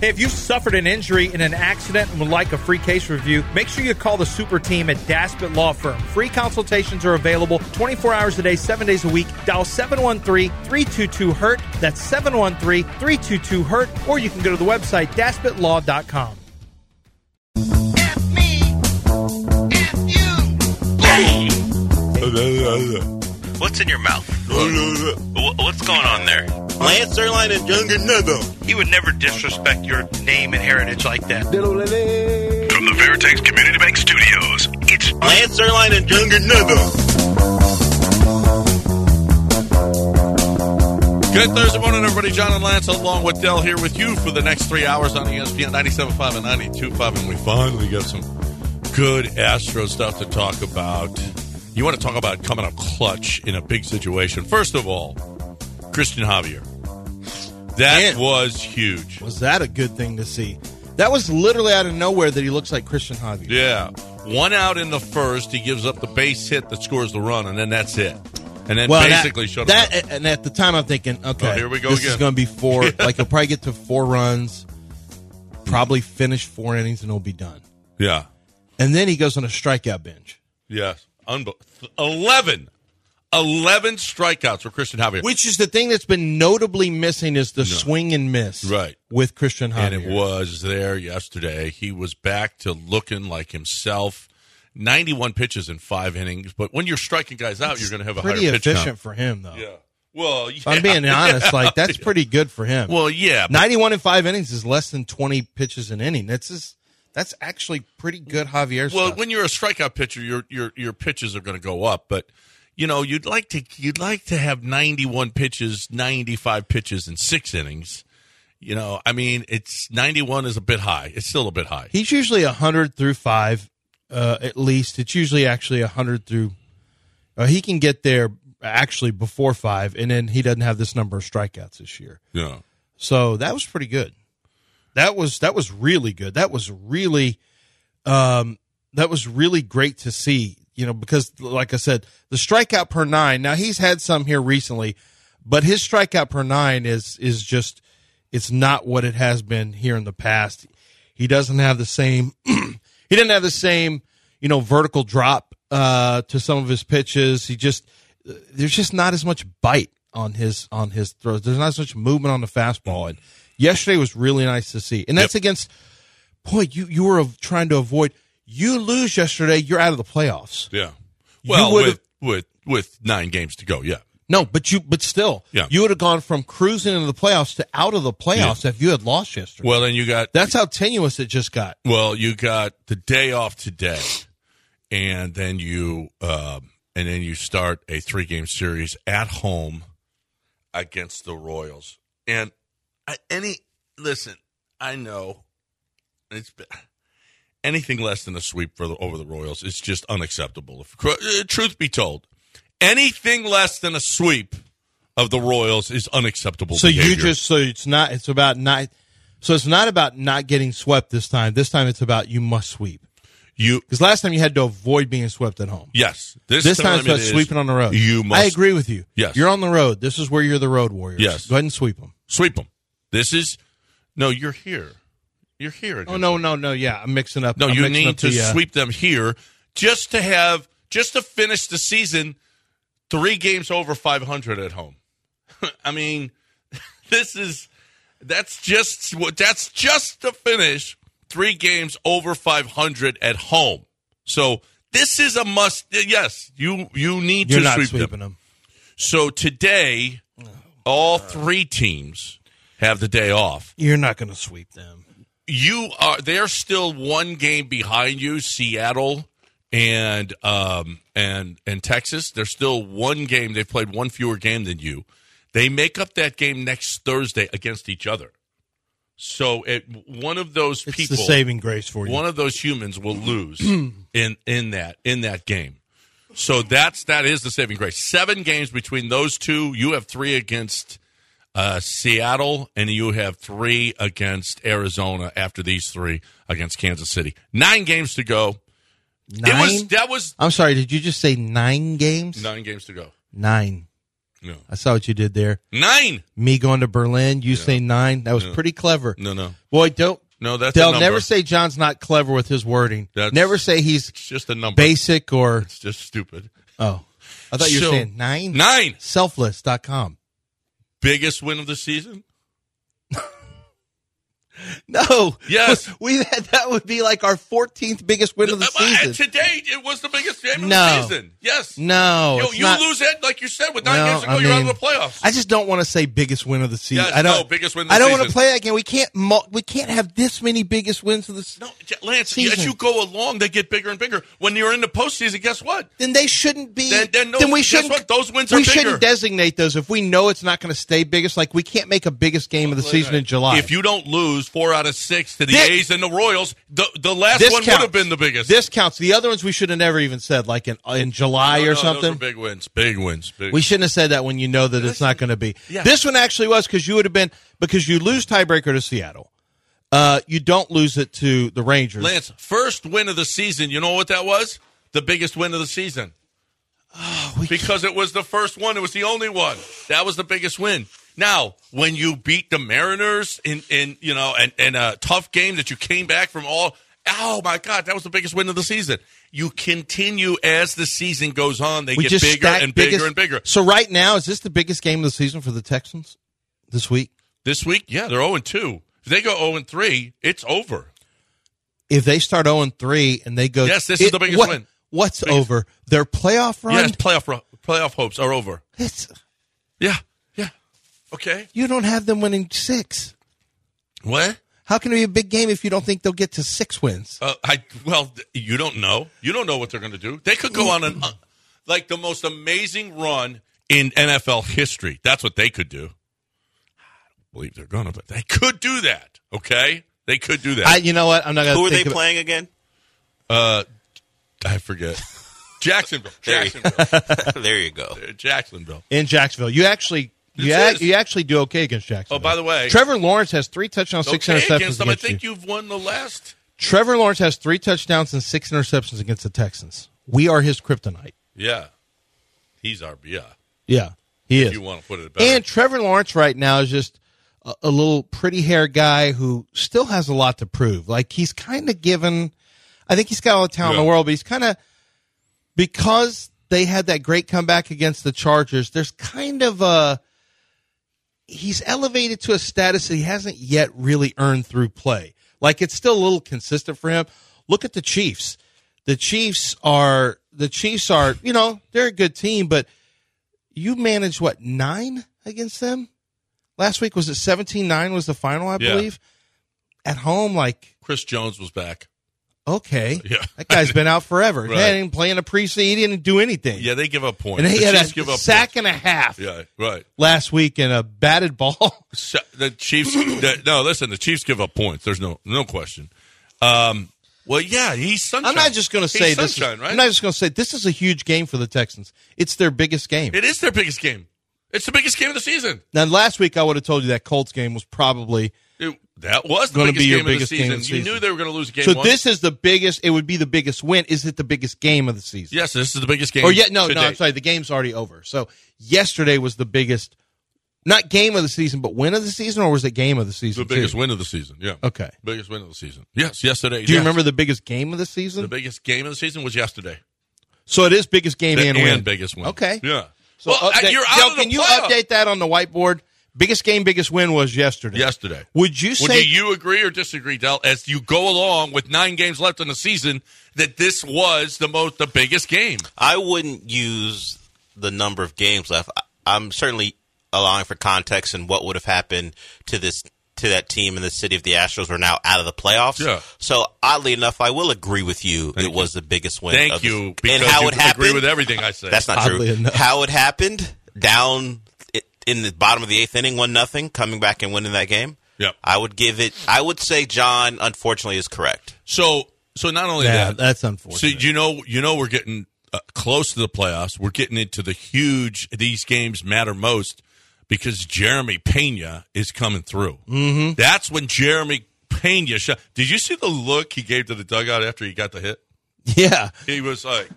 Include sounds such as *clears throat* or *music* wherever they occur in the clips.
Hey, if you've suffered an injury in an accident and would like a free case review, make sure you call the super team at Daspit Law Firm. Free consultations are available 24 hours a day, 7 days a week. Dial 713-322-HURT. E That's 713-322-HURT. E Or you can go to the website daspitlaw.com. What's in your mouth? Wh- What's going on there? Lance Erline and Younger Neville. He would never disrespect your name and heritage like that. From the Veritex Community Bank Studios, it's Lance Erline and Younger Neville. Good Thursday morning, everybody. John and Lance, along with Dell, here with you for the next three hours on E ESPN 97.5 and 92.5. And we finally got some good Astro stuff to talk about. You want to talk about coming up clutch in a big situation. First of all, Christian Javier. That Man. was huge. Was that a good thing to see? That was literally out of nowhere that he looks like Christian Javier. Yeah. One out in the first. He gives up the base hit that scores the run, and then that's it. And then well, basically that, shut him that and at the time I'm thinking, okay, Oh, here we go This is again. going to be *laughs* four. Like he'll probably get to four runs, probably finish four innings, and he'll be done. up. Yeah. And then he goes on a strikeout bench. Yes. Unbe- 11. 11 strikeouts for Christian Javier. Which is the thing that's been notably missing is the swing and miss, Right. With Christian Javier, and it was there yesterday. He was back to looking like himself. 91 pitches in five innings, but when you're striking guys out, you're going to have a pretty higher pitch count. efficient for him though. Yeah. Well, If I'm yeah. being *laughs* honest, like that's Yeah. pretty good for him. Well, yeah. but- 91 and five innings is less than 20 pitches an inning. That's just, that's actually pretty good Javier well, stuff. when you're a strikeout pitcher, your your your pitches are going to go up, but you know you'd like to you'd like to have 91 pitches, 95 pitches in six innings. You know, I mean, it's 91 is a bit high. It's still a bit high. He's usually 100 through 5 uh, at least. It's usually actually 100 through uh, he can get there actually before 5 and then he doesn't have this number of strikeouts this year. Yeah. So that was pretty good. That was that was really good. That was really um that was really great to see, you know, because like I said, the strikeout per 9. Now he's had some here recently, but his strikeout per 9 is is just it's not what it has been here in the past. He doesn't have the same *clears throat* he didn't have the same, you know, vertical drop uh to some of his pitches. He just there's just not as much bite on his on his throws. There's not as much movement on the fastball. And yesterday was really nice to see. And that's against boy, you you were trying to avoid you lose yesterday, you're out of the playoffs. Yeah. You Well, with, would've- with with nine games to go, yeah. No, but you but still, Yeah. you would have gone from cruising into the playoffs to out of the playoffs if you had lost yesterday. Well, then you got that's how tenuous it just got. well, you got the day off today, and then you um, and then you start a three game series at home against the Royals. And I, any listen, I know it's been- anything less than a sweep for the, over the Royals is just unacceptable. If, uh, truth be told, anything less than a sweep of the Royals is unacceptable. So you behavior. just so it's not it's about not so it's not about not getting swept this time. This time it's about you must sweep. you Because last time you had to avoid being swept at home. Yes. This time it's about it is- sweeping on the road. You must I agree with you. Yes. You're on the road. This is where you're the road warriors. Yes. Go ahead and sweep them. sweep them. This is no. You're here. You're here. Oh, no, no, no. Yeah. I'm mixing up. No, I'm you mixing need up to the, uh, sweep them here just to have just to finish the season three games over 500 at home. *laughs* I mean, *laughs* this is that's just what that's just to finish three games over 500 at home. So this is a must. Yes, you you need You're to not sweep them. sweeping them. So today, all three teams have the day off. You're not going to sweep them. You are they're still one game behind you, Seattle and um and and Texas. They're still one game. They've played one fewer game than you. They make up that game next Thursday against each other. So it, one of those It's people the saving grace for you. one of those humans *clears throat* will lose in in that in that game. So that's that is the saving grace. Seven games between those two. You have three against uh, Seattle, and you have three against Arizona. After these three against Kansas City, nine games to go. nine? It was that was I'm sorry. Did you just say nine games? nine games to go. Nine. No. I saw what you did there. Nine. Me going to Berlin, you say nine. That was pretty clever. No, no. Boy, don't. No, that's a They'll number. never say John's not clever with his wording. That's- never say he's It's just a number. basic or. It's just stupid. Oh. I thought you were So- saying nine? Nine. *laughs* Selfless.com. Biggest win of the season? No. *laughs* Yes. We that, that would be like our 14th biggest win of the Uh, uh, season. Today, it was the biggest game of the No. season. Yes. No. Yo, Oh, it's you not- lose it, like you said, with nine Well, games ago, I you're out mean, of the playoffs. I just don't want to say biggest win of the season. Yes, I don't no, biggest win of the I don't want season. to play that game. We can't mul- we can't have this many biggest wins of the season. no, J- Lance, Season. as you go along, they get bigger and bigger. When you're in the postseason, guess what? Then they shouldn't be. Then- then those- we guess shouldn't. what? Those wins we are bigger. shouldn't designate those if we know it's not going to stay biggest. Like we can't make a biggest game of the season in July. If you don't lose four out of six to the This- A's and the Royals, the, the last This one would have counts. been the biggest. this counts, the other ones we should have never even said, like in in Oh, July No, no, or those something. were big wins. Big wins. Big We shouldn't have said that when you know that it's not going to be. This one actually was because you would have been because you lose tiebreaker to Seattle. Uh, you don't lose it to the Rangers. Lance, first win of the season. You know what that was? The biggest win of the season. Oh, because it was the first one. It was the only one. That was the biggest win. Now, when you beat the Mariners in, in you know, and in a tough game that you came back from all, oh my God, that was the biggest win of the season. You continue as the season goes on. They we get just bigger stack and biggest- bigger and bigger. So right now, is this the biggest game of the season for the Texans this week? This week, yeah, they're 0 2. If they go 0 3, it's over. If they start zero and three and they go, Yes, this is the biggest what- win. What's over their playoff run? Yes, playoff, ro- playoff hopes are over. It's- Yeah, yeah. Okay. you don't have them winning six. What? How can it be a big game if you don't think they'll get to six wins? Uh, I well, th- you don't know. You don't know what they're going to do. They could go on an uh, like the most amazing run in NFL history. That's what they could do. I don't believe they're going to, but they could do that. Okay, they could do that. I, you know what? I'm not going to. Who are they playing again? I, forget *laughs* Jacksonville, There you- Jacksonville, there you go. *laughs* Jacksonville. in Jacksonville. You actually, you, This ac- is- you actually do okay against Jacksonville. Oh, by the way, Trevor Lawrence has three touchdowns, six okay, interceptions against against, them. I think you. you. have won the last. Trevor Lawrence has three touchdowns and six interceptions against the Texans. We are his kryptonite. Yeah, he's our yeah. Yeah, he is. You want to put it better? And Trevor Lawrence right now is just a, a little pretty hair guy who still has a lot to prove. Like he's kind of given, I think he's got all the talent in Yeah. the world, but he's kind of because they had that great comeback against the Chargers. There's kind of a he's elevated to a status that he hasn't yet really earned through play. Like it's still a little consistent for him. Look at the Chiefs. The Chiefs are the Chiefs are you know they're a good team, but you managed what nine against them last week was it 17-9 was the final i Yeah. believe at home like Chris Jones was back. okay Yeah. that guy's been out forever *laughs* Right. he didn't play in a preseason he didn't do anything Yeah, they give up points. and he the had Chiefs a give up sack points. and a half Yeah, right. last week and a batted ball So, the Chiefs. the, no, listen. The Chiefs give up points. There's no no question. Um, well, yeah, he's sunshine. *laughs* i'm not just going to He's say this is- sunshine, right? i'm not just going to say this is a huge game for the texans it's their biggest game it is their biggest game. It's the biggest game of the season. now last week i would have told you that colts game was probably It- that was the Gonna biggest be your game biggest of game the season. of the you season. knew they were going to lose game. so one. this is the biggest it would be the biggest win is it the biggest game of the season yes, this is the biggest game. Or yet, no, to no, date. I'm sorry. The game's already over. So yesterday was the biggest, not game of the season, but win of the season, or was it game of the season? The biggest too? win of the season. Yeah. Okay. Biggest win of the season. Yes, yesterday. Do you yes. remember the biggest game of the the season? biggest game of the season was yesterday? so it is biggest game The- and, win. biggest win. Okay. Yeah. So well, update- you're out Dale, of the Can you playoff. update that on the whiteboard? Biggest game, biggest win was yesterday. yesterday. Would you Would say? you agree or disagree, Dell, as you go along with nine games left in the season, that this was the most the biggest game? I wouldn't use the number of games left. I- I'm certainly allowing for context and what would have happened to this to that team in the city if the Astros were now out of the playoffs. Yeah. So oddly enough, I will agree with you. it was the biggest win. Thank of the- you. Because and how you it happened. agree with everything I say. That's not Oddly true. enough. How it happened down i- in the bottom of the eighth inning, one nothing, coming back and winning that game. Yep. I would give it. I would say John, unfortunately, is correct. so. So not only yeah, that, that's so *laughs* unfortunate. you know, you know, we're getting uh, close to the playoffs. We're getting into the huge. These games matter most because Jeremy Pena is coming through. Mm-hmm. That's when Jeremy Pena. Shot. Did you see the look he gave to the dugout after he got the hit? yeah. He was like,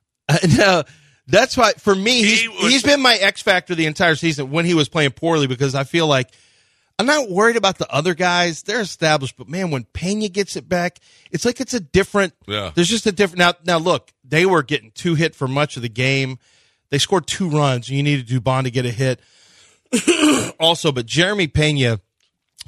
*laughs* no, That's why for me he's He was- he's been my X factor the entire season when he was playing poorly because I feel like I'm not worried about the other guys. They're established, but man, when Pena gets it back, it's like it's a different. Yeah. There's just a different. Now, now look, they were getting two hit for much of the game. They scored two runs. You needed Dubon to get a hit. *coughs* also, but Jeremy Pena.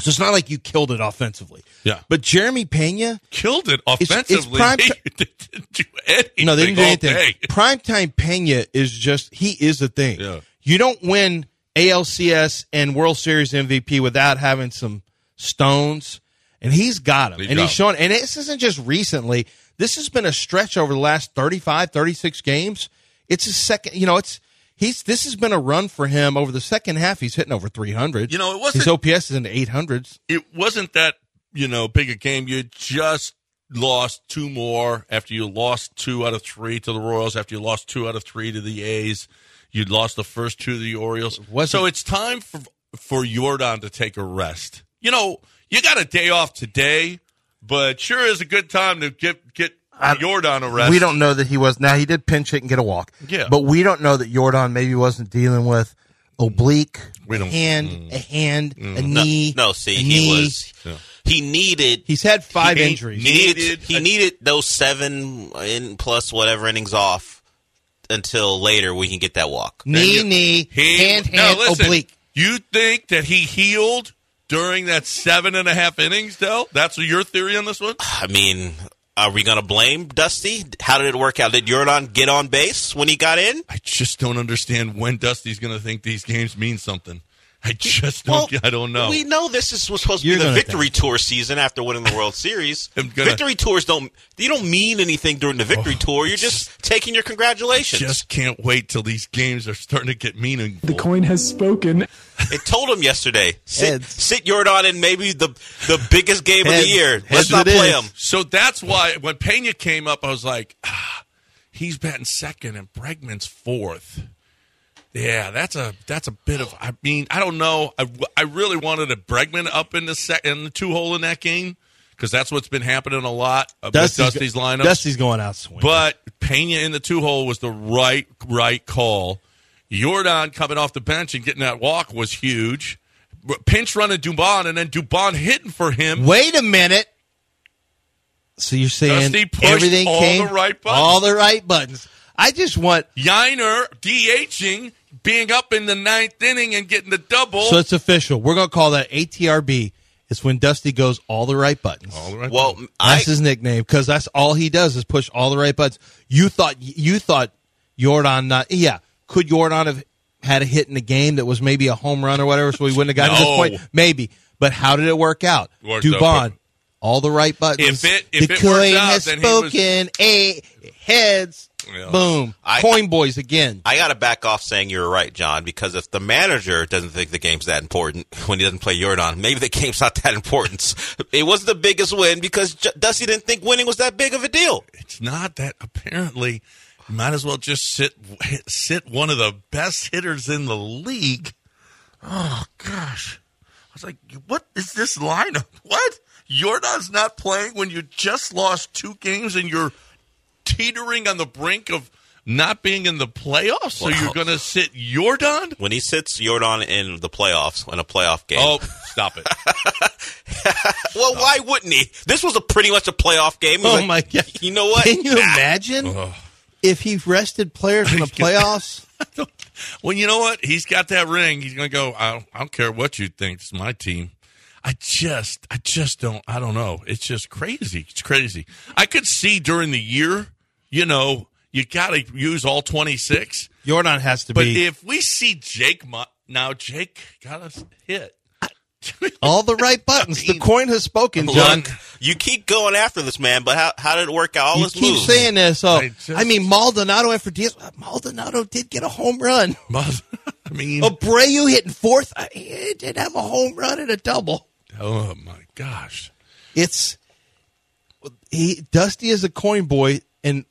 So it's not like you killed it offensively. Yeah. But Jeremy Pena, Killed it it's offensively. prime- they *laughs* didn't do anything. no, they didn't do all *laughs* anything. day. Primetime Pena is just he is the thing. Yeah. You don't win ALCS and World Series MVP without having some stones, and he's got them. He and got he's showing. And this isn't just recently. This has been a stretch over the last 35, 36 games. It's his second. You know, it's he's. This has been a run for him over the second half. He's hitting over three hundred. You know, it his wasn't OPS is in the eight hundreds. it wasn't that you know big a game. You just lost two more after you lost two out of three to the Royals. After you lost two out of three to the A's, you'd lost the first two to the Orioles. wasn't- so it's time for for Jordan to take a rest. You know, you got a day off today, but sure is a good time to get get Jordan a rest. We don't know that he was. Now he did pinch hit and get a walk. Yeah. but we don't know that Jordan maybe wasn't dealing with oblique, We don't- Mm. hand, a hand, a No, knee. no, see, a he knee. was. He needed. He's had five he- injuries. He needed, Needed he a- needed those seven in plus whatever innings off until later we can get that walk. knee, knee, He- hand, Now, hand, listen, oblique. You think that he healed during that seven and a half innings, Dell? That's your theory on this one? I mean, are we going to blame Dusty? How did it work out? Did Jordan get on base when he got in? I just don't understand when Dusty's going to think these games mean something. I just don't. I don't know. We know this is was supposed to You're be the gonna victory tour season after winning the World Series. *laughs* I'm gonna- victory tours don't you don't mean anything during the victory Oh. tour. You're just taking your congratulations. just can't wait till these games are starting to get meaningful. The coin has spoken. It told him yesterday. Sit, Heads. sit Jordan in maybe the the biggest game of Heads. the year. Heads Let's not it play is. him. so that's why when Pena came up, I was like, ah, he's batting second and Bregman's fourth. Yeah, that's a that's a bit of. I mean, I don't know. I, I really wanted a Bregman up in the set in the two hole in that game because that's what's been happening a lot with Dusty's lineup. Dusty's going out swinging. But Pena in the two hole was the right right call. Jordan coming off the bench and getting that walk was huge. Pinch running Dubon and then Dubon hitting for him. Wait a minute. So you're saying Dusty pushed everything all came the right buttons. all the right buttons. I just want Yiner DHing, being up in the ninth inning and getting the double. so it's official. We're gonna call that ATRB. It's when Dusty goes all the right buttons. Well, I, That's his nickname because that's all he does is push all the right buttons. You thought you thought Jordan not yeah could Jordan have had a hit in the game that was maybe a home run or whatever so we wouldn't have gotten *laughs* No. to this point maybe but how did it work out? Worked out Dubon perfect. all the right buttons. If it- if the it coin worked out, has then he was- spoken. A heads Yeah. boom I- coin boys again. I got to back off saying you're right, John, because if the manager doesn't think the game's that important *laughs* when he doesn't play Jordan, maybe the game's not that important. *laughs* It wasn't the biggest win because J- Dusty didn't think winning was that big of a deal. it's not that apparently. you Might as well just sit sit one of the best hitters in the league. Oh gosh, I was like, what is this lineup? *laughs* What Jordan's not playing when you just lost two games and you're teetering on the brink of not being in the playoffs. So Wow. you're going to sit Jordan? When he sits Jordan in the playoffs in a playoff game, *laughs* Oh, stop it! *laughs* well, why wouldn't he? This was a pretty much a playoff game. He was Oh like, my *laughs* god! You know what? Can you Nah. imagine if he rested players *laughs* in the playoffs? Well, you know what? He's got that ring. He's going to go. I don't, I don't care what you think. It's my team. I just, I just don't. I don't know. It's just crazy. It's crazy. I could see during the year. You know, you got to use all twenty six. Jordan has to But be if we see Jake Mo- now, Jake got us hit. all the *laughs* right buttons. The coin has spoken, John. Look, you keep going after this man, but how, how did it work out? All You his keep moves. saying this. So I, I just- mean, Maldonado and for Diaz, uh, Maldonado did get a home run. *laughs* I mean, oh. *laughs* Abreu hitting fourth, I, he did have a home run and a double. oh my gosh! It's he Dusty is a coin boy *laughs* and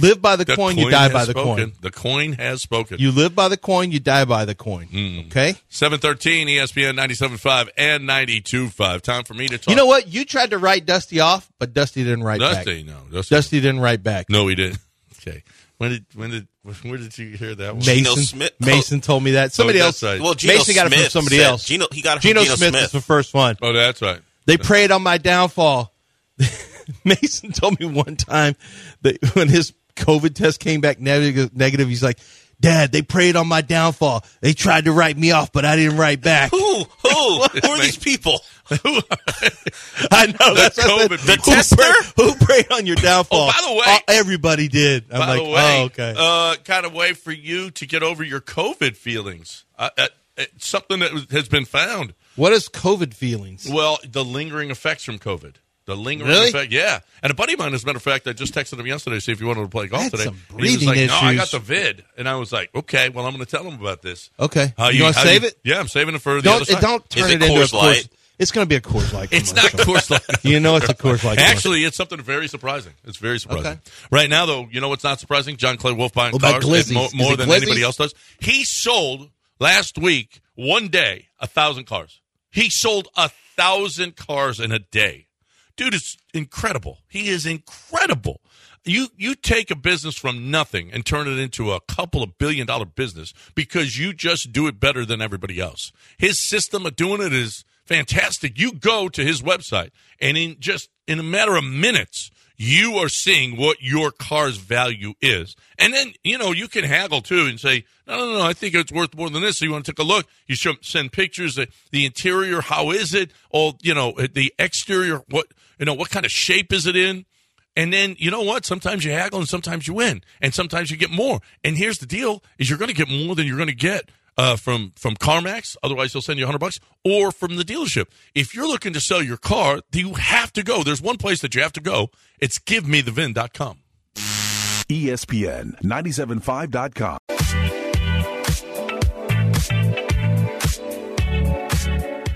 live by the, coin, you die has by the spoken. coin. The coin has spoken. You live by the coin, you die by the coin. Okay. 713 ESPN 97.5 and 92.5. Time for me to talk. You know what? You tried to write Dusty off, but Dusty didn't write back. Dusty, no. Dusty. Dusty didn't write back. No, he didn't. *laughs* Okay. When did when did where did you hear that one? Geno Mason Smith- Mason told me that somebody Oh. that's else. right. Well, Geno Mason got it from Smith somebody said- else. Geno, he got it from Geno Geno, Smith, Smith. is the first one. Oh, that's right. They prayed on my downfall. *laughs* Mason told me one time that when his COVID test came back neg- negative, he's like, "Dad, they prayed on my downfall. They tried to write me off, but I didn't write back." *laughs* Who? Who? Who are these people? *laughs* I know That's what I said. COVID, The Who tester? prayed- who prayed on your downfall? Uh, Oh, by the way- everybody did. I'm By like, the way, oh, okay. uh, kind of way for you to get over your COVID feelings. Uh, uh, uh, something that was- has been found. what is COVID feelings? Well, the lingering effects from COVID. The lingering Really? effect, yeah. And a buddy of mine, as a matter of fact, I just texted him yesterday to see if he wanted to play golf Had today. some And he was breathing like, "No, I issues. got the vid," and I was like, "Okay, well, I'm going to tell him about this." Okay. How You wanna how save it? Yeah, I'm saving it for the other Don't side. don't turn it it, into a Coors Light? Coors. It's going to be a Coors Light. It's not commercial. *laughs* Coors Light. You know, it's a Coors Light. commercial. Actually, it's something very surprising. It's very surprising. Okay. Right now, though, you know what's not surprising? John Clay Wolf buying What about cars and Oh, Glizzy's? more, Is more it than Glizzy's? anybody else does. He sold last week, one day, a thousand cars. He sold a thousand cars in a day. Dude is incredible. He is incredible. You you take a business from nothing and turn it into a couple of billion dollar business because you just do it better than everybody else. His system of doing it is fantastic. You go to his website and in just in a matter of minutes you are seeing what your car's value is. And then, you know, you can haggle too and say, no, no, no, I think it's worth more than this. So you want to take a look. You show, send pictures of the interior. How is it? All, you know, the exterior. What, you know, what kind of shape is it in? And then, you know what? Sometimes you haggle and sometimes you win and sometimes you get more. And here's the deal is you're going to get more than you're going to get. Uh, from from CarMax, otherwise they'll send you 100 bucks, or from the dealership. If you're looking to sell your car, you have to go. There's one place that you have to go. It's GiveMeTheVin.com. E ESPN 975.com.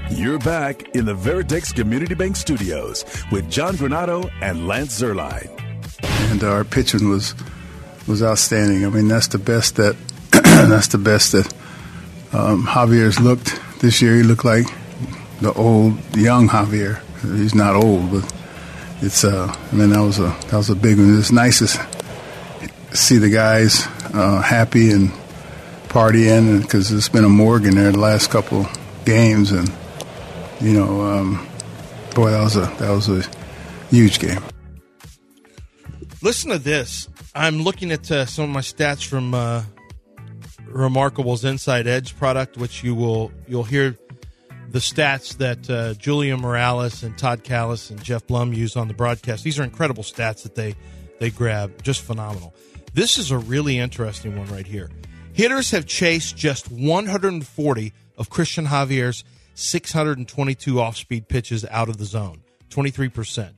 You're back in the Veritex Community Bank Studios with John Granado and Lance Zerline. and our pitching was was outstanding. I mean, that's the best that *clears throat* that's the best that um, Javier's looked this year. He looked like the old, the young Javier. He's not old, but it's. Uh, I mean, that was a that was a big one. It's nice to see the guys uh, happy and partying because it's been a morgue in there the last couple games, and you know, um, boy, that was a that was a huge game. Listen to this. I'm looking at uh, some of my stats from uh, Remarkable's Inside Edge product, which you will you'll hear the stats that uh, Julia Morales and Todd Callis and Jeff Blum use on the broadcast. These are incredible stats that they they grab, just phenomenal. This is a really interesting one right here. Hitters have chased just 140 of Christian Javier's 622 off-speed pitches out of the zone, 23 percent.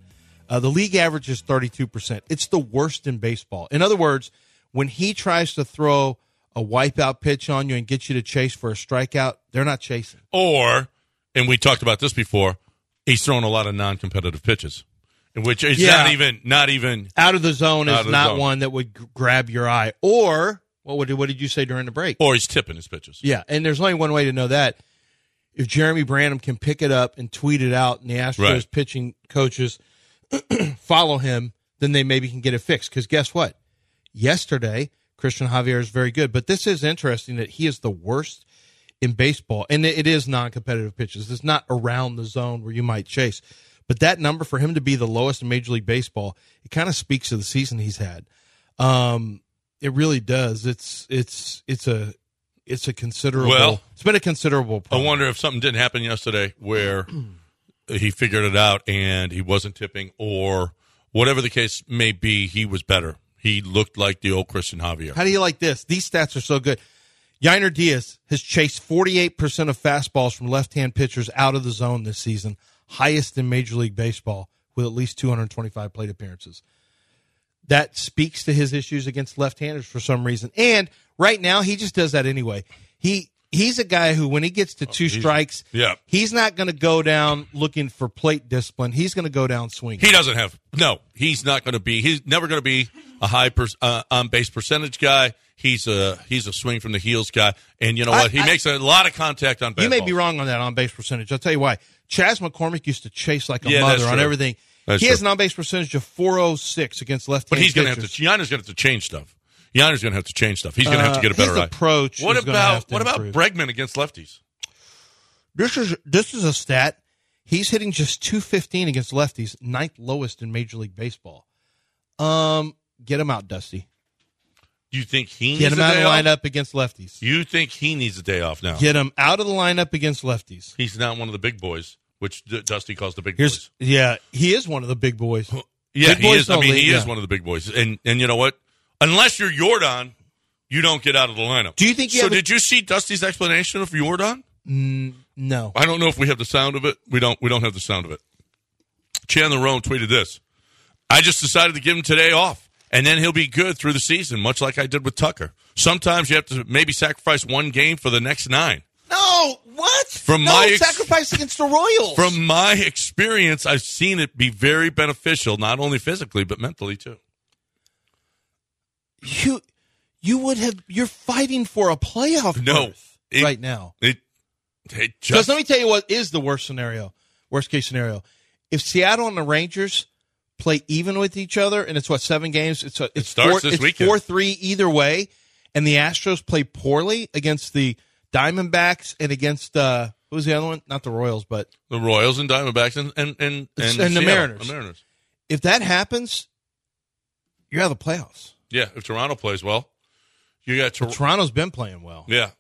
Uh, the league average is 32%. It's the worst in baseball. In other words, when he tries to throw a wipeout pitch on you and get you to chase for a strikeout, they're not chasing. or and we talked about this before he's thrown a lot of non-competitive pitches in which it's Yeah. not even not even Out of the zone Out is of the not zone. one that would g- grab your eye. Or, what, would, what did you say during the break? or he's tipping his pitches Yeah, and there's only one way to know that. If Jeremy Branham can pick it up and tweet it out, and the Astros Right. pitching coaches *clears throat* follow him, then they maybe can get it fixed. Because guess what? Yesterday, Christian Javier is very good, but this is interesting that he is the worst in baseball, and it it is non-competitive pitches. It's not around the zone where you might chase. But that number for him to be the lowest in Major League Baseball, it kind of speaks to the season he's had. Um, it really does. It's it's it's a it's a considerable. Well- it's been a considerable. i Problem. wonder if something didn't happen yesterday where he figured it out and he wasn't tipping or whatever the case may be he was better he looked like the old christian javier How do you like this? These stats are so good. Yiner Diaz has chased 48% of fastballs from left-hand pitchers out of the zone this season, highest in Major League Baseball with at least 225 plate appearances. That speaks to his issues against left-handers for some reason. And right now he just does that anyway. He he's a guy who when he gets to two strikes, Oh, yeah. he's not going to go down looking for plate discipline. He's going to go down swinging. He doesn't have. No, he's not going to be. He's never going to be a high per, uh, on base percentage guy. He's a he's a swing from the heels guy. And you know I- what? he I- makes a lot of contact on. You may fastballs. be wrong on that on base percentage. I'll tell you why. Chaz McCormick used to chase like a Yeah, that's mother on true. everything. That's he has true. an on base percentage of 406 against left But handed he's going to have to. Yana's going to have to change stuff. Yanni's going to have to change stuff. He's going to have to get a Uh, his better eye. approach. What is gonna have about to what about improve. Bregman against lefties? This is this is a stat. He's hitting just 215 against lefties, ninth lowest in Major League Baseball. Um, get him out, Dusty. Do you think he needs Get him a out of day the off? lineup against lefties. You think he needs a day off now? Get him out of the lineup against lefties. He's not one of the big boys, which D- Dusty calls the big boys. Here's yeah, he is one of the big boys. Yeah, Big he boys is. I don't mean, leave, he is yeah. one of the big boys. And and you know what? Unless you're Jordan, you don't get out of the lineup. Do you think you so? have a- Did you see Dusty's explanation of Jordan? No. I don't know if we have the sound of it. We don't. We don't have the sound of it. Chandler Roan tweeted this: "I just decided to give him today off, and then he'll be good through the season, much like I did with Tucker. Sometimes you have to maybe sacrifice one game for the next nine. No, what? From no my ex- sacrifice against the Royals. From my experience, I've seen it be very beneficial, not only physically but mentally too. you you would have you're fighting for a playoff No, berth it- right now. It, it Because just let me tell you what is the worst scenario, worst case scenario. If Seattle and the Rangers play even with each other, and it's what seven games, it's a, it's starts four, this it's weekend. four three either way, and the Astros play poorly against the Diamondbacks and against uh, who was the other one? Not the Royals, but the Royals and Diamondbacks and and and, It's- and and the Seattle, Mariners. The Mariners. if that happens, you're out of the playoffs. Yeah, if Toronto plays well, you got Tor- Toronto's been playing well. Yeah.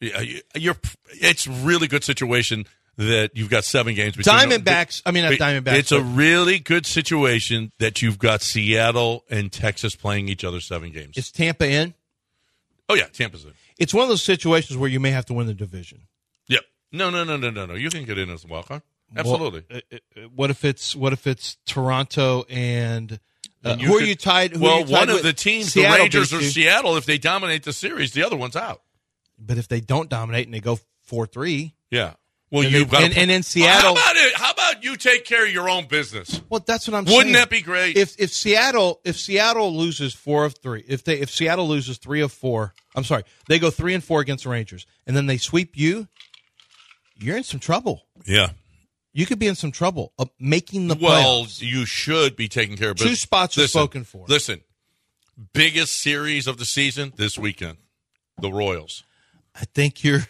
Yeah, you- you're. It's really good situation that you've got seven games. between them. Diamondbacks. I mean, not But Diamondbacks. It's a but- really good situation that you've got Seattle and Texas playing each other seven games. It's Tampa in. oh yeah, Tampa's in. It's one of those situations where you may have to win the division. Yep. No, no, no, no, no, no. You can get in as a wild card. Absolutely. Well, uh, uh, uh, what if it's what if it's Toronto and, uh, And you who are could- you tied? Who are well, you tied one with? of the teams, Seattle the Rangers beat or you. Seattle, if they dominate the series, the other one's out. But if they don't dominate and they go four three, Yeah. Well, And you've they- got and- and *laughs* in Seattle- How about it? How about you take care of your own business? well, that's what I'm. Wouldn't saying. that be great? If if Seattle if Seattle loses four of three, if they if Seattle loses three of four, I'm sorry, they go three and four against the Rangers, and then they sweep you, you're in some trouble. Yeah. You could be in some trouble of making the Well, playoffs. you should be taking care of Two business. spots are spoken for. Listen, biggest series of the season this weekend, the Royals. I think you're.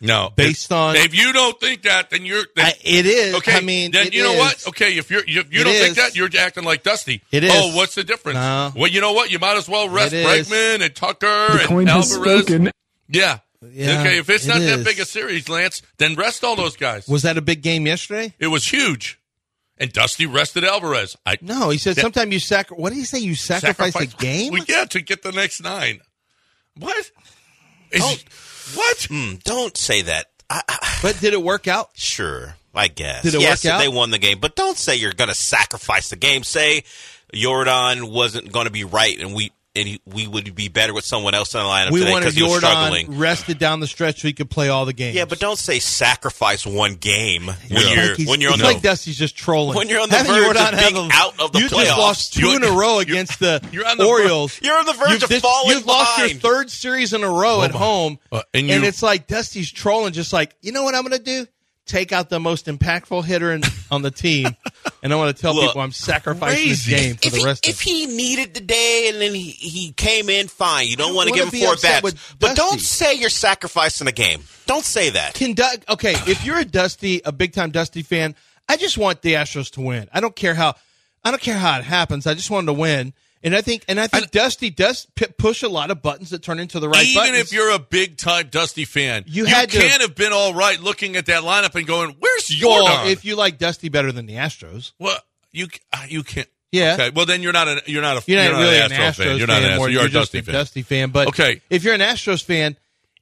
No, Based if, on- if you don't think that, then you're then, I, it is. okay. I mean, then it you know is. what? Okay, if you're if you It don't is. think that, you're acting like Dusty. It is. Oh, what's the difference? No. Well, you know what? You might as well rest is. Bregman and Tucker and Alvarez. Yeah. Yeah, Okay, if it's it not is. that big a series, Lance, then rest all those guys. Was that a big game yesterday? it was huge, and Dusty rested Alvarez. I No, he said That- sometime you sac. What did he say? You sacrifice, a game? Well, yeah, to get the next nine. What? Is- Oh, Don't- what? Mm, don't say that. I, I, But did it work out? sure, I guess. Did it yes, work out? they won the game, but don't say you're going to sacrifice the game. Say Jordan wasn't going to be right, and we and he, we would be better with someone else in the lineup We today wanted because he was Jordan struggling. rested down the stretch so he could play all the games. Yeah, but don't say sacrifice one game when It's you're like he's- when you're on it's the like Dusty's just trolling. When you're on the Having verge Jordan of have being a- out of the you playoffs, just lost 2 you- in a row you're- against the, you're on the ver- Orioles. *laughs* you're on the verge You've of falling You've lost your behind. third series in a row at home, Uh, and, and you- it's like Dusty's trolling, just like you know what I'm going to do. Take out the most impactful hitter in, on the *laughs* team, and I want to tell Look, people I'm sacrificing this crazy. game for if the rest he, of if he needed the day and then he, he came in fine, you don't don't want to wanna give be him four upset bats. with But don't Dusty. say you're sacrificing the game. Don't say that. conduct okay if you're a dusty a big time dusty fan i just want the astros to win i don't care how i don't care how it happens i just want them to win and i think and i think dusty does p- push a lot of buttons that turn into the right Even buttons. if you're a big time Dusty fan, You had to- can't have been all right looking at that lineup and going, "Where's Jordan?" well, Oh, if you like dusty better than the astros well, you uh, you can't. Yeah. Okay. Well, then you're not an you're not a you're not really an an Astro astros fan. You're not an Astro. more than You're a just Dusty fan. dusty fan but Okay. if you're an astros fan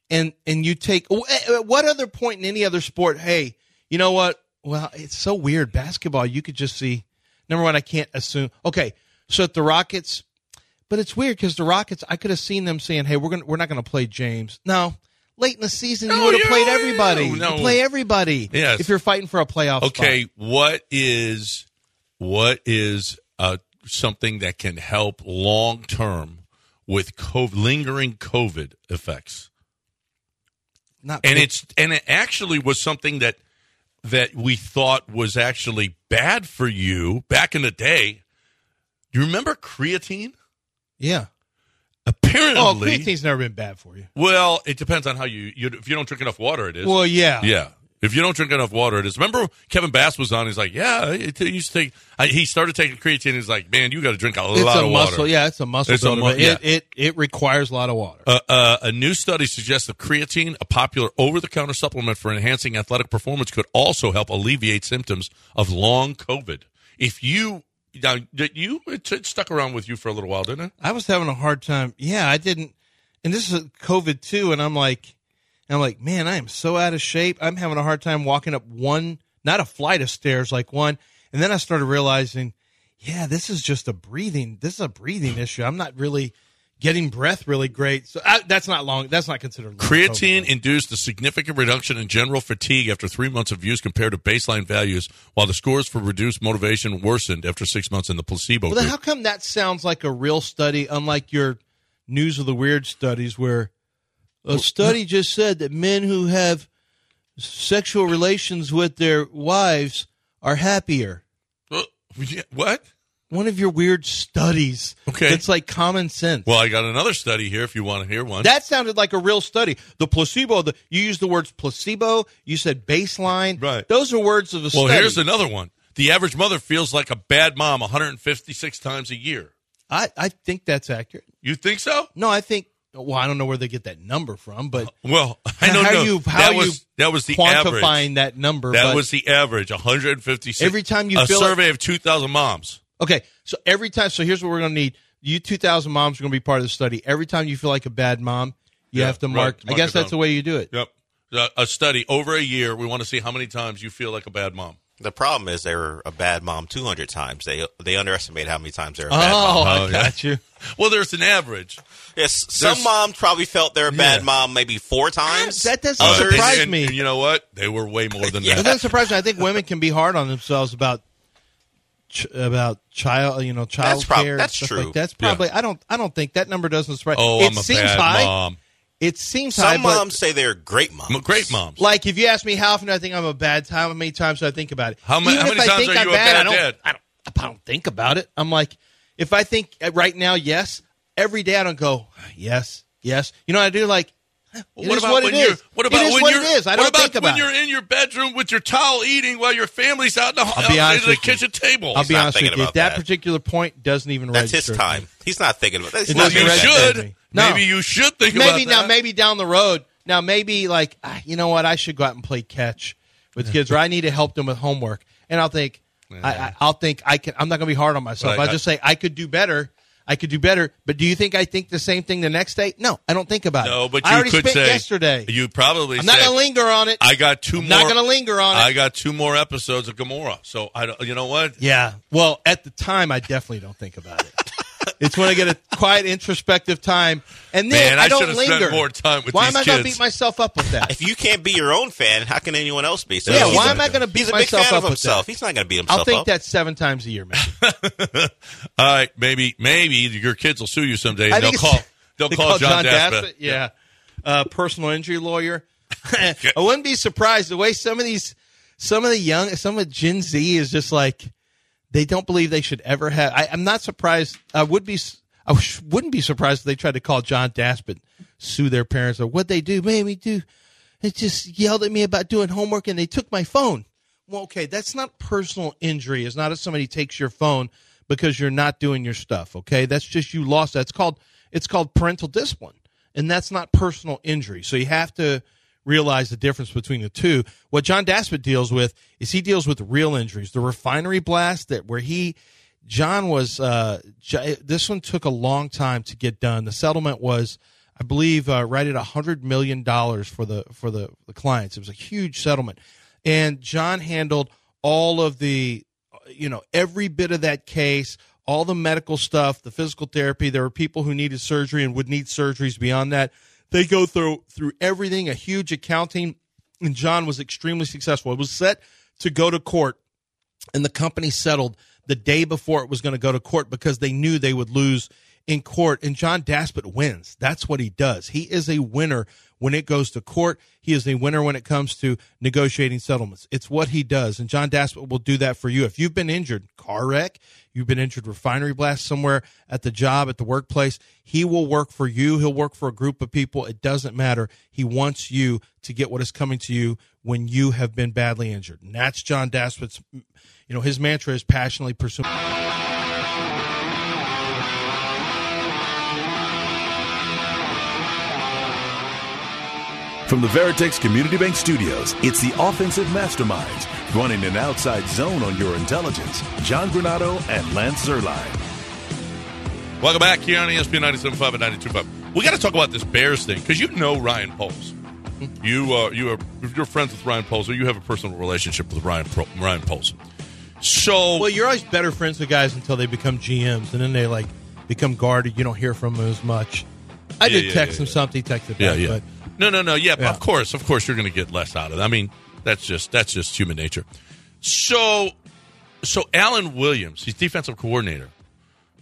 and and you take oh, eh, eh, what other point in any other sport hey you know what well it's so weird basketball you could just see number one i can't assume okay so if the rockets But it's weird because the Rockets, I could have seen them saying, "Hey, we're gonna we're not gonna play James." No, late in the season, you No, would have you- played everybody. no, You no. play everybody. Yes. if you're fighting for a playoff. Okay, spot. what is what is uh, something that can help long term with co- lingering COVID effects? not And it's and it actually was something that that we thought was actually bad for you back in the day. You remember creatine? yeah. Apparently, Well, creatine's never been bad for you. Well, it depends on how you, you. If you don't drink enough water, it is. Well, yeah. yeah. If you don't drink enough water, it is. Remember, Kevin Bass was on. He's like, "Yeah, it it used to take." I, he started taking creatine. He's like, "Man, you got to drink a It's lot a of muscle. water." Yeah, it's a muscle It's a builder. mu- but yeah. it, it it requires a lot of water. Uh, uh, a new study suggests that creatine, a popular over-the-counter supplement for enhancing athletic performance, could also help alleviate symptoms of long COVID. If you now, did you it, it stuck around with you for a little while, didn't it? I was having a hard time. Yeah, I didn't. And this is COVID too. And I'm like, and I'm like, man, I am so out of shape. I'm having a hard time walking up one, not a flight of stairs, like one. And then I started realizing, yeah, this is just a breathing. This is a breathing issue. I'm not really getting breath really great. So I, that's not long. That's not considered long Creatine COVID. induced a significant reduction in general fatigue after three months of use compared to baseline values, while the scores for reduced motivation worsened after six months in the placebo Well, then group. how come that sounds like a real study, unlike your news of the weird studies where a study just said that men who have sexual relations with their wives are happier? Uh, yeah, what? One of your weird studies. Okay. It's like common sense. Well, I got another study here if you want to hear one. that sounded like a real study. The placebo, the, you used the words placebo, you said baseline. Right. Those are words of a well, study. here's another one. The average mother feels like a bad mom 156 times a year. I, I think that's accurate. You think so? No, I think, well, I don't know where they get that number from, Uh, but Well, *laughs* I don't how know. you how that you was that was the average. quantifying that number. That but- was the average 156. Every time you a feel it- survey of 2,000 moms. okay. So every time, so here's what we're going to need: you two thousand moms are going to be part of the study. Every time you feel like a bad mom, you Yeah, have to right. mark. I Mark guess it that's down. the way you do it. Yep. A- A study over a year. We want to see how many times you feel like a bad mom. The problem is they're a bad mom 200 times. They they underestimate how many times they're a bad Oh, mom. I got you. Well, there's an average. Yes, some There's- moms probably felt they're a bad Yeah. mom maybe four times. That doesn't Others- Uh, And- surprise and- me. and you know what? They were way more *laughs* than It that. doesn't surprise me. I think women can be hard on themselves about ch- about child, you know, child That's prob- care. and that's stuff true. Like that. that's probably. I don't. I don't think that number doesn't surprise. Oh, it I'm a seems bad high. mom. It seems high. Some but- moms say they're great moms. I'm a great mom. Like if you ask me how often I think I'm a bad time, how many times do I think about it? How ma- Even how if many I times think are I'm you a bad I don't, dad? I don't. I don't think about it. I'm like, if I think uh, right now, yes, every day I don't go "Ah, yes, yes. You know what I do? Like, it is what it when you're? is. What about it is when what you're? it is? I what don't about think about when you're it. in your bedroom with your towel eating while your family's out in the, I'll be out honest in the with you. kitchen table? I'll be not honest with thinking you. That, about that. particular point doesn't even That's his register. time. He's not thinking about that. He's It's well, not not you doing gonna that. register should. me. No. Maybe you should think about Maybe that. now, maybe down the road. Now, maybe like ah, you know what? I should go out and play catch with kids, or I need to help them with homework. And I'll think, I, I, I'll think I can. I'm not going to be hard on myself. Right, I'll I- just say I could do better. I could do better. But do you think I think the same thing the next day? No, I don't think about it. No, but I you already could spent say yesterday. You probably. I'm not say, going to linger on it. I got 2 I'm more. not gonna linger on it. I got two more episodes of Gomorrah. So I. don't- You know what? yeah. Well, at the time, I definitely don't think about it. *laughs* It's when I get a quiet, introspective time, and then Man, I, I don't should've spent linger. more time with Why these am I gonna kids. beat myself up *laughs* with that? If you can't be your own fan, how can anyone else be? So Yeah, he's why a- am I gonna beat He's a big myself fan up of with himself. that? He's not going to beat himself I'll think up. that's seven times a year, man. All right, maybe maybe your kids will sue you someday. And I they'll think call. it's- *laughs* They'll They call, John, Daspit. Yeah. Uh, personal injury lawyer. *laughs* I wouldn't be surprised the way some of these, some of the young, some of Gen Z is just like, they don't believe they should ever have. I, I'm not surprised. I would be, s- I wish- wouldn't be surprised if they tried to call John Daspit, sue their parents or what they do. Man, we do. They just yelled at me about doing homework and they took my phone. Well, okay, that's not personal injury. It's not if somebody takes your phone because you're not doing your stuff. Okay, that's just you lost. That's called it's called parental discipline, and that's not personal injury. So you have to realize the difference between the two. What John Daspit deals with is he deals with real injuries. The refinery blast that where he John was uh, J- this one took a long time to get done. The settlement was, I believe, uh, right at a hundred million dollars for the for the, the clients. It was a huge settlement, and John handled all of the, you know, every bit of that case, all the medical stuff, the physical therapy. There were people who needed surgery and would need surgeries beyond that. They go through through everything, a huge accounting, and John was extremely successful. It was set to go to court and the company settled the day before it was going to go to court because they knew they would lose in court, and John Daspit wins. That's what he does. He is a winner when it goes to court. He is a winner when it comes to negotiating settlements. It's what he does, and John Daspit will do that for you. If you've been injured, car wreck, you've been injured, refinery blast somewhere at the job, at the workplace, he will work for you. He'll work for a group of people. It doesn't matter. He wants you to get what is coming to you when you have been badly injured. And that's John Daspit's, you know, his mantra is passionately pursuing. From the Veritex Community Bank Studios, it's the offensive masterminds running an outside zone on your intelligence. John Granado and Lance Zerline. Welcome back here on E ESPN 97.5 and 92.5. We got to talk about this Bears thing because you know Ryan Poles. You are you are if you're friends with Ryan Poles, or you have a personal relationship with Ryan Pro, Ryan Poles. So Well, you're always better friends with guys until they become GMs, and then they like become guarded. You don't hear from them as much. I Yeah, did yeah, text yeah, him yeah. something. He texted back, yeah, yeah. but no, no, no. Yeah, but Yeah. of course, of course, you're going to get less out of it. I mean, that's just that's just human nature. So, so Alan Williams, he's defensive coordinator,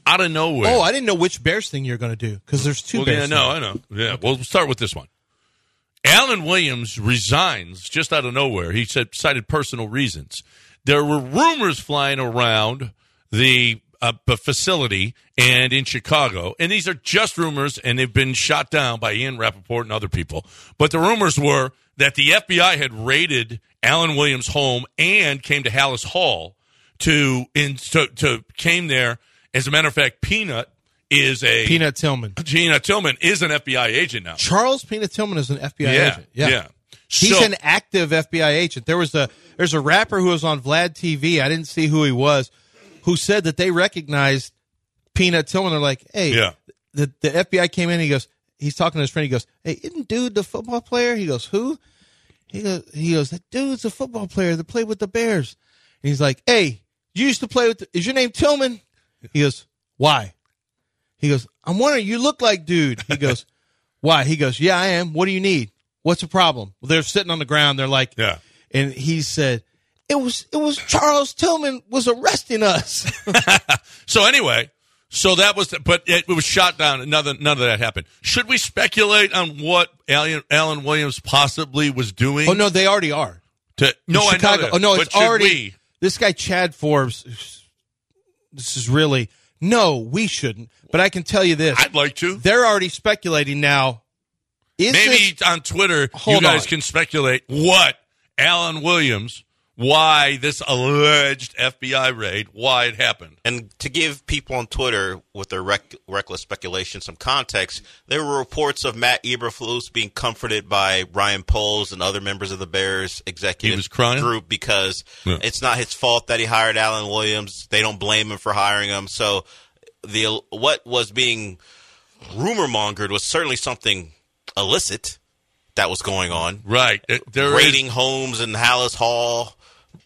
out of nowhere. oh, I didn't know which Bears thing you're going to do because there's two. Well, Bears yeah, no, I know. Yeah, we'll start with this one. Alan Williams resigns just out of nowhere. He said cited personal reasons. There were rumors flying around the uh, the facility and in Chicago, and these are just rumors, and they've been shot down by Ian Rappaport and other people. But the rumors were that the FBI had raided Alan Williams' home and came to Hallis Hall to in to, to came there. As a matter of fact, Peanut is a Peanut Tillman. Gina Tillman is an FBI agent now. Charles Peanut Tillman is an FBI agent. Yeah. He's So, an active FBI agent. There was a there's a rapper who was on Vlad TV. I didn't see who he was, who said that they recognized Peanut Tillman. They're like, hey, Yeah. the the FBI came in. He goes, he's talking to his friend. He goes, hey, isn't dude the football player? He goes, who? He goes, he goes, that dude's a football player that played with the Bears. And he's like, hey, you used to play with. The, is your name Tillman? He goes, why? He goes, I'm wondering. You look like dude. He goes. *laughs* Why? He goes, Yeah, I am. What do you need? What's the problem? Well, they're sitting on the ground. They're like, Yeah. And he said, It was, it was Charles Tillman was arresting *laughs* us. so anyway, so that was, but it, was shot down. None of, none of that happened. Should we speculate on what Alan, Alan Williams possibly was doing? oh, no, they already are. to, no, I know Chicago. that, oh, no, but it's should already. we? This guy, Chad Forbes, this is really, no, we shouldn't. But I can tell you this. I'd like to. they're already speculating now. Is Maybe this- on Twitter, you Hold guys on. can speculate what Alan Williams, why this alleged FBI raid, why it happened. And to give people on Twitter with their rec- reckless speculation some context, there were reports of Matt Eberflus being comforted by Ryan Poles and other members of the Bears He executive was crying? group because Yeah. it's not his fault that he hired Alan Williams. They don't blame him for hiring him. So the what was being rumor mongered was certainly something illicit that was going on, Right. It- There is- raiding homes in Hallis Hall.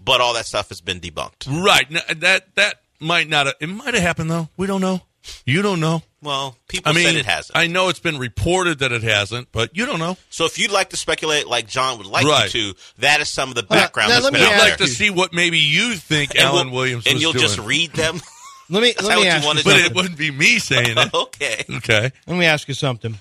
But all that stuff has been debunked. Right. Now, that that might not. Have, it might have happened though. We don't know. You don't know. Well, people I mean, said it hasn't. I know it's been reported that it hasn't, but you don't know. So if you'd like to speculate like John would like Right. you to, that is some of the Now- background now that's let been me out I'd ask like to there. see what maybe you think And Alan we'll- Williams and was you'll just doing. *laughs* read them. *laughs* let me, that let me what you ask you wanted but something. it wouldn't be me saying *laughs* it. okay. Okay, let me ask you something.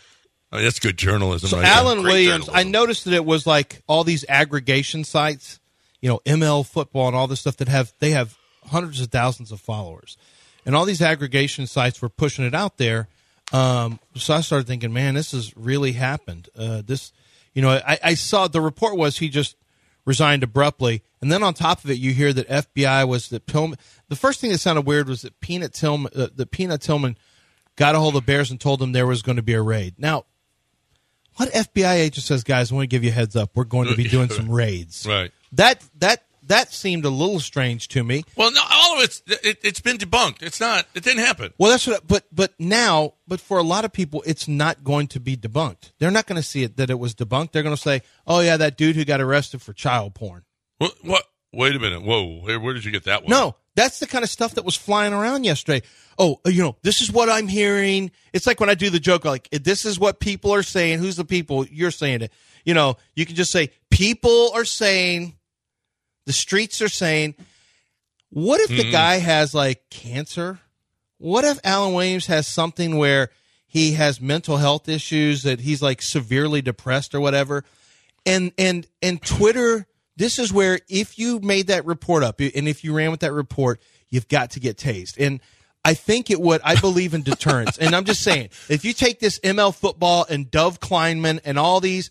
oh, that's good journalism. So right Alan Great Williams, journalism. I noticed that it was like all these aggregation sites, you know, ML football and all this stuff that have they have hundreds of thousands of followers, and all these aggregation sites were pushing it out there. Um, so I started thinking, man, this has really happened. Uh, this, you know, I, I saw the report was he just resigned abruptly, and then on top of it, you hear that FBI was that Tillman. The first thing that sounded weird was that Peanut Tillman, uh, that Peanut Tillman, got a hold of Bears and told them there was going to be a raid. Now what FBI agent says, guys, I want to give you a heads up. We're going to be doing some raids. Right. That that that seemed a little strange to me. there. Well, no, all of it's it, it's been debunked. It's not. It didn't happen. Well, that's what. I, but but now, but for a lot of people, it's not going to be debunked. They're not going to see it that it was debunked. They're going to say, oh yeah, that dude who got arrested for child porn. What? what? Wait a minute. Whoa. Where, where did you get that one? No, that's the kind of stuff that was flying around yesterday. Oh, you know, this is what I'm hearing. It's like when I do the joke, like, this is what people are saying. Who's the people? You're saying it. You know, you can just say, people are saying, Hmm. the streets are saying. What if the guy has like cancer What if Alan Williams has something where he has mental health issues that he's like severely depressed or whatever? And and and Twitter, this is where if you made that report up and if you ran with that report, you've got to get tased. And I think it would. I believe in deterrence. and I'm just saying, if you take this ML football and Dove Kleinman and all these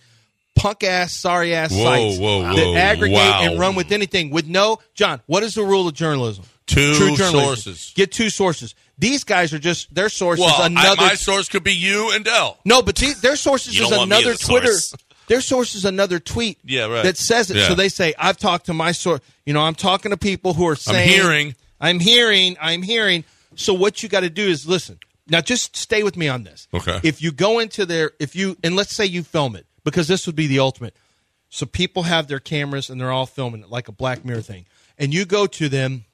punk ass, sorry ass Whoa, sites whoa, whoa, that aggregate wow. and run with anything with no John, what is the rule of journalism? Two True journalism. sources. Get two sources. These guys are just their sources. Well, I- another my source could be you and Dell. no, but see, their sources You is don't want me another as a Twitter. source. Their source is another tweet. Yeah, right. That says it. Yeah. So they say, "I've talked to my source." You know, I'm talking to people who are saying, hearing. I'm hearing, I'm hearing." So what you got to do is listen. Now, just stay with me on this. Okay. If you go into their, if you, and let's say you film it, because this would be the ultimate. So people have their cameras and they're all filming it like a Black Mirror thing, and you go to them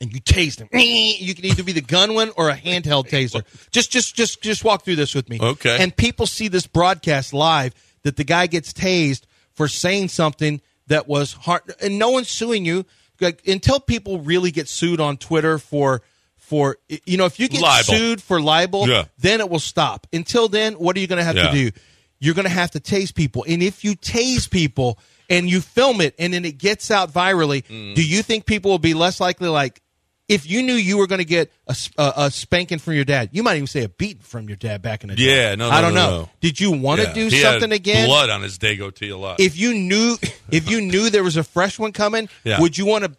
and you tase them. You can either be the gun one or a handheld taser. Just, just, just, just walk through this with me. Okay. And people see this broadcast live that the guy gets tased for saying something that was hard, and no one's suing you. Like, until people really get sued on Twitter for, for you know, if you get Libel. sued for libel, Yeah. then it will stop. Until then, what are you going to have Yeah. to do? You're going to have to tase people, and if you tase people and you film it, and then it gets out virally, Mm. do you think people will be less likely like? If you knew you were going to get a, s- a- a spanking from your dad, you might even say a beating from your dad back in the day. Yeah, no, I no, don't no, know. no. Did you want to Yeah. do He had something again? Blood on his Dago Teal. If you knew, if you knew there was a fresh one coming, Yeah. would you want to?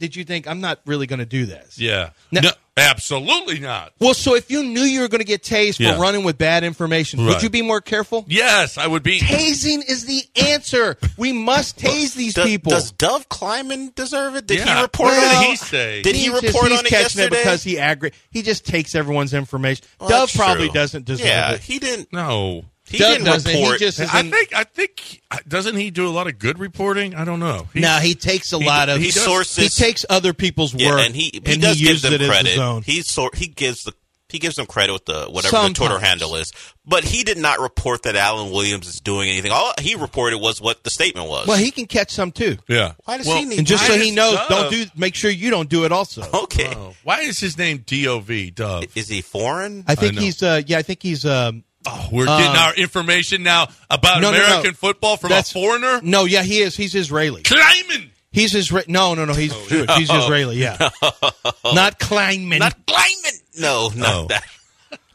Did you think I'm not really going to do this? yeah, Now- no, absolutely not. Well, so if you knew you were going to get tased for Yeah. running with bad information, Right. would you be more careful? Yes, I would be. Tasing is the answer. We must tase these Does- people. Does Dove Kleiman deserve it? Did Yeah. he report What on did it? he say? Did he He's just- report he's on it catching yesterday? because he aggra- He just takes everyone's information. Well, Dove that's probably true. doesn't deserve yeah, it. he didn't. no. He Dove didn't doesn't. report. He just is I in- think I think doesn't he do a lot of good reporting? I don't know. He- no, he takes a he- lot of. he does- He sources- takes other people's yeah, work, and he he does give uses them it as his credit. own. He sort he gives the he gives them credit with the whatever the Twitter Sometimes. handle is, but he did not report that Alan Williams is doing anything. All he reported was what the statement was. well, he can catch some too, yeah. Why does Well, he need? and just Why so does he knows, Dove- don't do. Make sure you don't do it. Also, okay, Oh, why is his name Dov Dove? is he foreign? I think know. he's. Uh, yeah, I think he's. Um, We're getting our information now about no, no, no. American football from That's- a foreigner. No, yeah, he is. He's Israeli. Kleiman. He's Isra- No, no, no. He's *laughs* Jewish. He's Israeli. Yeah, not Kleinman. Not Kleiman. No, not Oh. that.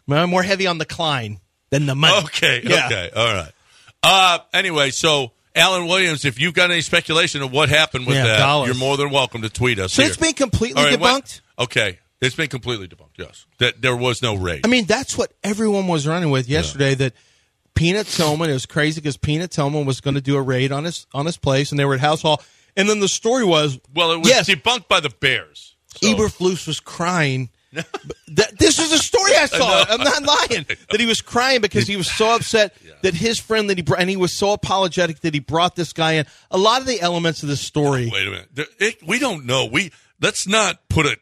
I'm more heavy on the Klein than the money. Okay. Yeah. Okay. All right. Uh, anyway, so Alan Williams, if you've got any speculation of what happened with Yeah, that, dollars. you're more than welcome to tweet us. So it's here. been completely All right, what- debunked. okay, it's been completely debunked. Yes, that there was no raid. I mean, that's what everyone was running with yesterday. That Peanut Tillman. It was crazy because Peanut Tillman was going to do a raid on his on his place, and they were at House Hall. And then the story was, well, it was yes, debunked by the Bears. So- Eberflus *laughs* was crying. But that, this is a story I saw. I'm not *laughs* lying. That he was crying because he was so upset that his friend that he brought, and he was so apologetic that he brought this guy in. A lot of the elements of this story. Wait a minute. There- It, we don't know. We let's not put a,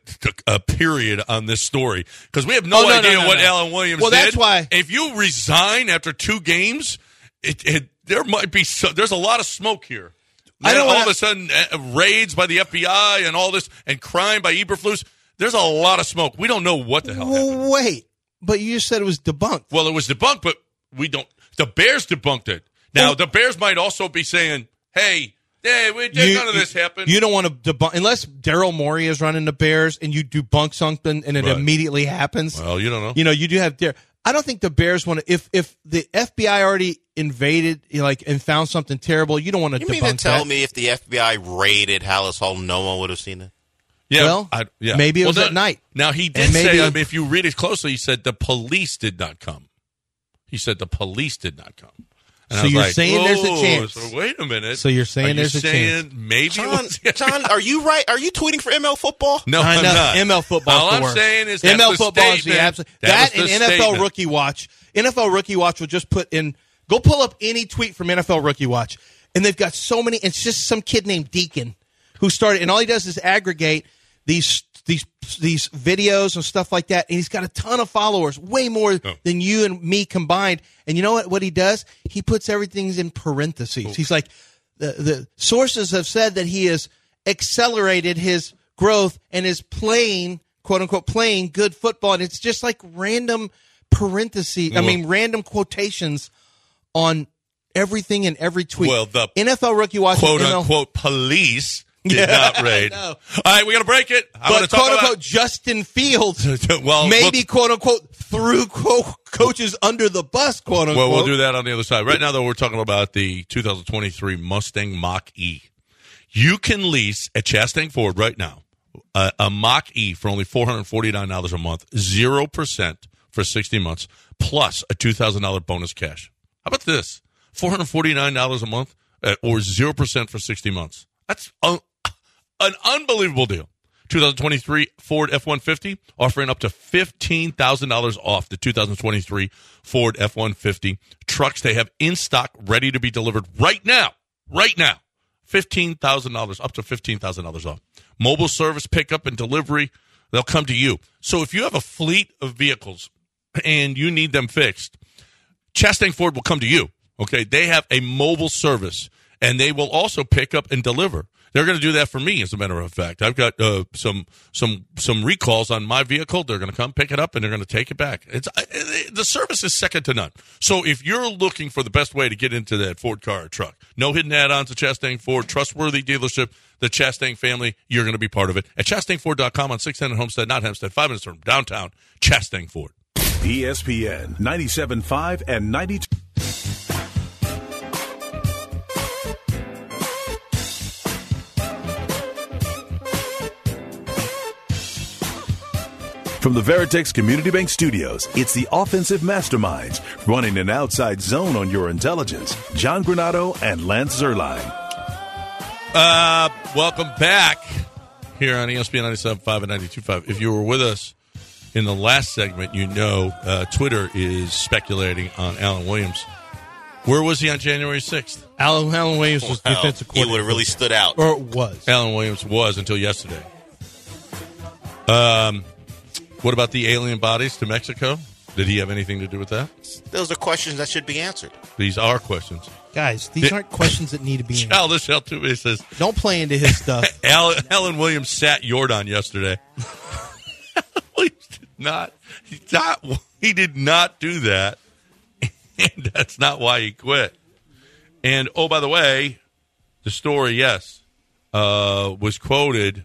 a period on this story because we have no, Oh, no, no, idea no, what no. Alan Williams. Well, did. that's why- If you resign after two games, it, it there might be so, there's a lot of smoke here. I Then don't all wanna- of a sudden uh, raids by the FBI and all this and crime by Eberflus. There's a lot of smoke. We don't know what the hell happened. Wait, but you just said it was debunked. Well, it was debunked, but we don't. The Bears debunked it. Now Well- the Bears might also be saying, "Hey, hey, we, none of this happened." You don't want to debunk unless Daryl Morey is running the Bears and you debunk something and it Right. immediately happens. well, you don't know. you know, you do have Dar I don't think the Bears want to. If if the FBI already invaded, you know, like, and found something terrible, you don't want to You debunk mean to tell that. me if the FBI raided Hallis Hall, no one would have seen it? Yeah, Well, maybe it was at night. Now he did And maybe- say, um, if you read it closely, he said the police did not come. He said the police did not come. And So I was you're like, saying there's a "Whoa, chance." so wait a minute. So you're saying Are you there's a saying Maybe it John, was- *laughs* *laughs* John, are you right? Are you tweeting for ML football? no, I I'm know. not. ML football. All the I'm worst. saying is that's ML the football is the statement. absolute That that, was and the NFL statement. Rookie Watch. NFL Rookie Watch will just put in. Go pull up any tweet from NFL Rookie Watch, and they've got so many. It's just some kid named Deacon who started, and all he does is aggregate these these these videos and stuff like that. And he's got a ton of followers, way more than you and me combined. And you know what? What he does, he puts everything in parentheses. He's like, the the sources have said that he has accelerated his growth and is playing quote unquote playing good football, and it's just like random parentheses. I mean, random quotations on everything and every tweet. Well, the NFL rookie watching quote ML unquote police did not raid. All right, we got to break it. I wanna but talk quote unquote about- Justin Fields *laughs* Well, maybe quote unquote threw co- coaches under the bus quote unquote. Well, we'll do that on the other side. Right now, though, we're talking about the 2023 Mustang Mach E. You can lease at Chastang Ford right now a, a Mach E for only $449 a month, 0% for 60 months, plus a $2,000 bonus cash. How about this? $449 a month uh, or 0% for 60 months. That's un- an unbelievable deal. 2023 Ford F-150 offering up to $15,000 off the 2023 Ford F-150 trucks they have in stock ready to be delivered right now. Right now. $15,000 up to $15,000 off. Mobile service pickup and delivery, they'll come to you. So if you have a fleet of vehicles and you need them fixed, Chastang Ford will come to you. Okay, they have a mobile service, and they will also pick up and deliver. They're going to do that for me, as a matter of fact. I've got uh, some some some recalls on my vehicle. They're going to come pick it up and they're going to take it back. It's I- I- the service is second to none. So if you're looking for the best way to get into that Ford car or truck, no hidden add-ons at Chastang Ford, trustworthy dealership, the Chastang family. You're going to be part of it at ChastangFord.com on 610 Homestead, not Hempstead, five minutes from downtown Chastang Ford. E ESPN 97.5 and 92. From the Veritex Community Bank Studios, it's the offensive masterminds running an outside zone on your intelligence. John Granado and Lance Zerline. Uh, welcome back here on E ESPN 97.5 and 92.5. If you were with us in the last segment, you know uh, Twitter is speculating on Alan Williams. Where was he on January 6th? Alan, Alan Williams was Wow. defensive Oh, He would coordinator, have really stood out. or was Alan Williams was until yesterday. Um, what about the alien bodies to Mexico? Did he have anything to do with that? Those are questions that should be answered. These are questions. *laughs* guys? These aren't questions that need to be. answered. Childish Altuve says, Don't play into his stuff. Al- Alan Williams sat Jordan yesterday. *laughs* Williams did not, he did not. He did not do that, and *laughs* that's not why he quit. And oh, by the way, the story, yes, uh, was quoted.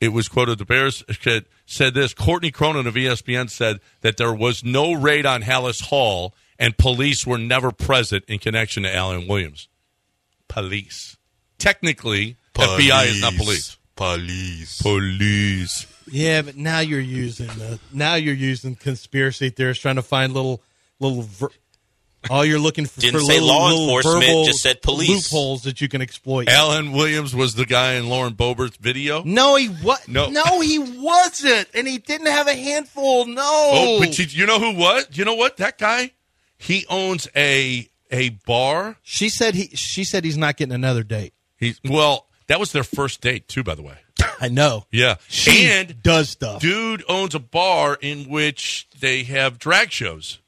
It was quoted. The Bears said, said this. Courtney Cronin of E ESPN said that there was no raid on Hallis Hall, and police were never present in connection to Alan Williams. Police, technically, FBI is not police. Police. Police. yeah, but now you're using the, now you're using conspiracy theorists trying to find little little. Ver- all you're looking for, Didn't for say little, law little enforcement, verbal just said police. loopholes that you can exploit. Alan Williams was the guy in Lauren Bobert's video. No, he what? No. he wasn't, and he didn't have a handful. No. Oh, but you, you know who was? You know what? That guy, he owns a a bar. she said he. She said he's not getting another date. He's well, that was their first date too, by the way. I know. Yeah, She and does stuff. dude owns a bar in which they have drag shows.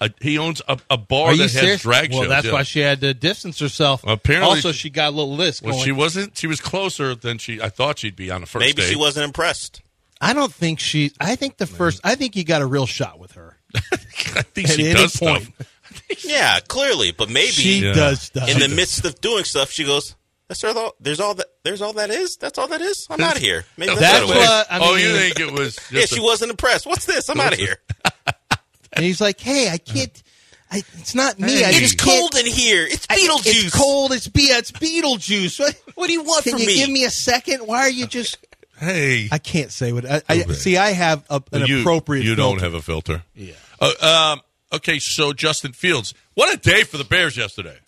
Uh, he owns a, a bar that has drag well, shows. that's yeah. why she had to distance herself. Apparently also she- she got a little list. Well, going, she wasn't. She was closer than she. I thought she'd be on the first. Maybe date. she wasn't impressed. I don't think she. I think the first. I think you got a real shot with her. *laughs* I think At she any does point, stuff. Yeah, clearly, but maybe she Yeah. does stuff. in the midst of doing stuff, she goes, "That's all. There's all that. There's all that is. That's all that is. I'm out of here. Maybe that's, That's what it was. what- I oh, you mean- think it was? Just Yeah, a- she wasn't impressed. What's this? I'm out of here. and he's like, "Hey, I can't. I, it's not me. I Hey. just It's cold in here. It's can't- I- Beetlejuice. It's cold. It's be. It's Beetlejuice. *laughs* What, What do you want Can from you me? give me a second? Why are you just? Hey, I can't say what I, I Okay. see. I have a, an you, appropriate. You filter. don't have a filter. Yeah. um, okay, so Justin Fields. What a day for the Bears yesterday.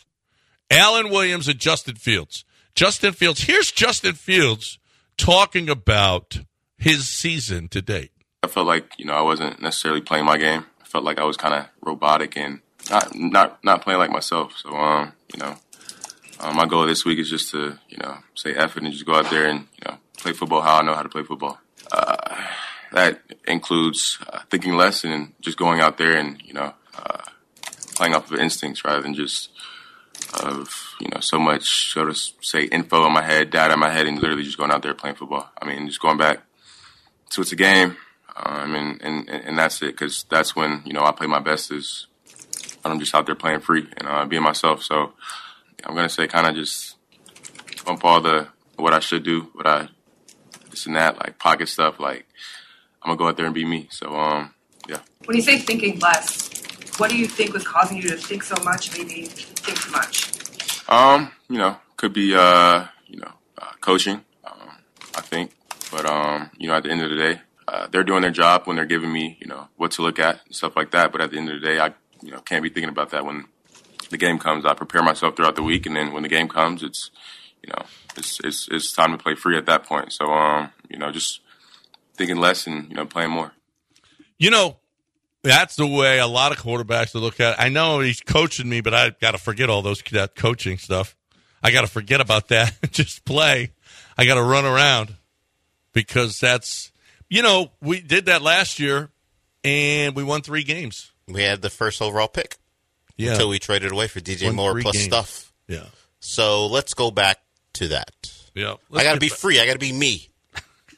Allen Williams and Justin Fields. Justin Fields. Here's Justin Fields talking about his season to date. I felt like you know I wasn't necessarily playing my game. I felt like I was kind of robotic and not not not playing like myself. So um, you know, um, my goal this week is just to you know say effort and just go out there and you know play football how I know how to play football. Uh, that includes uh, thinking less and just going out there and you know uh, playing off of instincts rather than just of you know so much so to s- say info in my head, data in my head, and literally just going out there playing football. I mean, just going back So it's a game, um, and, and and that's it. Because that's when you know I play my best. Is I'm just out there playing free and uh, being myself. So I'm gonna say kind of just bump all the what I should do, what I this and that, like pocket stuff. Like I'm gonna go out there and be me. So um, yeah. When you say thinking less, what do you think was causing you to think so much, maybe think too much? Um, you know, could be uh, you know, uh, coaching. Um, I think, but um, you know, at the end of the day, uh, they're doing their job when they're giving me, you know, what to look at and stuff like that. But at the end of the day, I, you know, can't be thinking about that when the game comes. I prepare myself throughout the week, and then when the game comes, it's, you know, it's it's it's time to play free at that point. So um, you know, just thinking less and you know, playing more. You know, that's the way a lot of quarterbacks will look at it. I know he's coaching me, but I got to forget all those that coaching stuff. I got to forget about that. *laughs* Just play. I got to run around because that's you know we did that last year and we won three games. We had the first overall pick Yeah, until we traded away for DJ Won Moore three plus games. stuff. yeah, So let's go back to that. yeah. I got Let's to be get free. I got to *laughs* be me.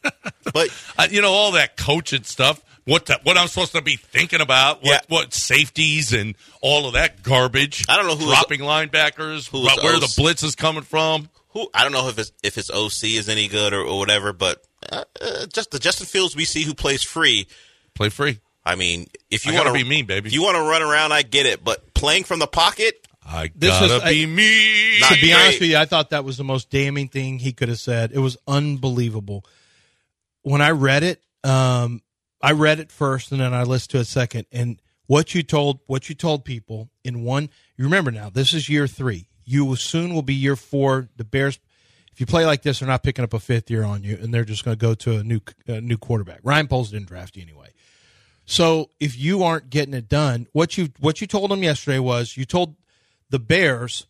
but back- I- you know all that coaching stuff. What the, what I'm supposed to be thinking about? What, Yeah. what safeties and all of that garbage? I don't know who was- dropping linebackers. who was where the the blitz is coming from? who I don't know if his if his OC is any good or, or whatever, but uh, uh, just the Justin Fields we see who plays free. Play free. I mean, if you I want gotta to be mean, baby. if you want to run around, I get it. But playing from the pocket, I This is- gotta I- be me. Not to be great. honest with you, I thought that was the most damning thing he could have said. It was unbelievable. When I read it, um, I read it first and then I listened to it second. And what you told what you told people in one you remember now, this is year three. You will soon will be year four. The Bears if you play like this, they're not picking up a fifth year on you, and they're just going to go to a new a new quarterback. Ryan Poles didn't draft you anyway. So if you aren't getting it done, what you what you told them yesterday was you told the Bears,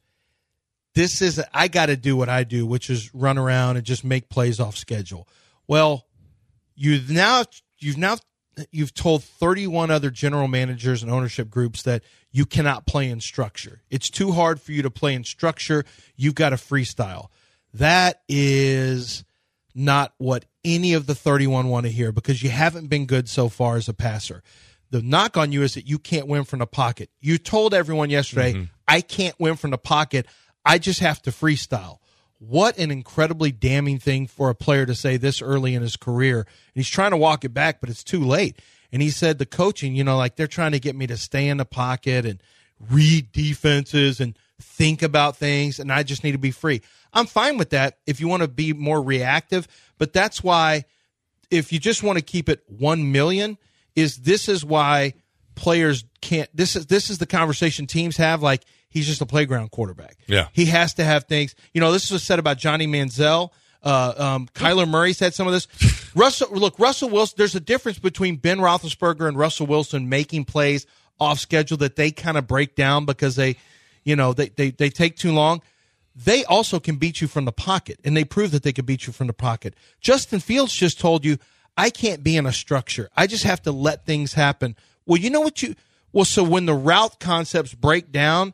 this is I got to do what I do, which is run around and just make plays off schedule. Well, you've now you've now you've told 31 other general managers and ownership groups that you cannot play in structure. It's too hard for you to play in structure. You've got to freestyle. That is not what any of the 31 want to hear because you haven't been good so far as a passer. The knock on you is that you can't win from the pocket. You told everyone yesterday, Mm-hmm. I can't win from the pocket. I just have to freestyle. What an incredibly damning thing for a player to say this early in his career. And he's trying to walk it back, but it's too late. And he said the coaching, you know, like they're trying to get me to stay in the pocket and read defenses and think about things and I just need to be free. I'm fine with that if you want to be more reactive, but that's why if you just want to keep it 1 million is this is why players can't this is this is the conversation teams have like he's just a playground quarterback. Yeah. He has to have things. You know, this was said about Johnny Manziel. Uh, um, Kyler Murray said some of this. Russell, look, Russell Wilson. There's a difference between Ben Roethlisberger and Russell Wilson making plays off schedule that they kind of break down because they, you know, they, they they take too long. They also can beat you from the pocket, and they prove that they can beat you from the pocket. Justin Fields just told you, I can't be in a structure. I just have to let things happen. Well, you know what you. Well, so when the route concepts break down,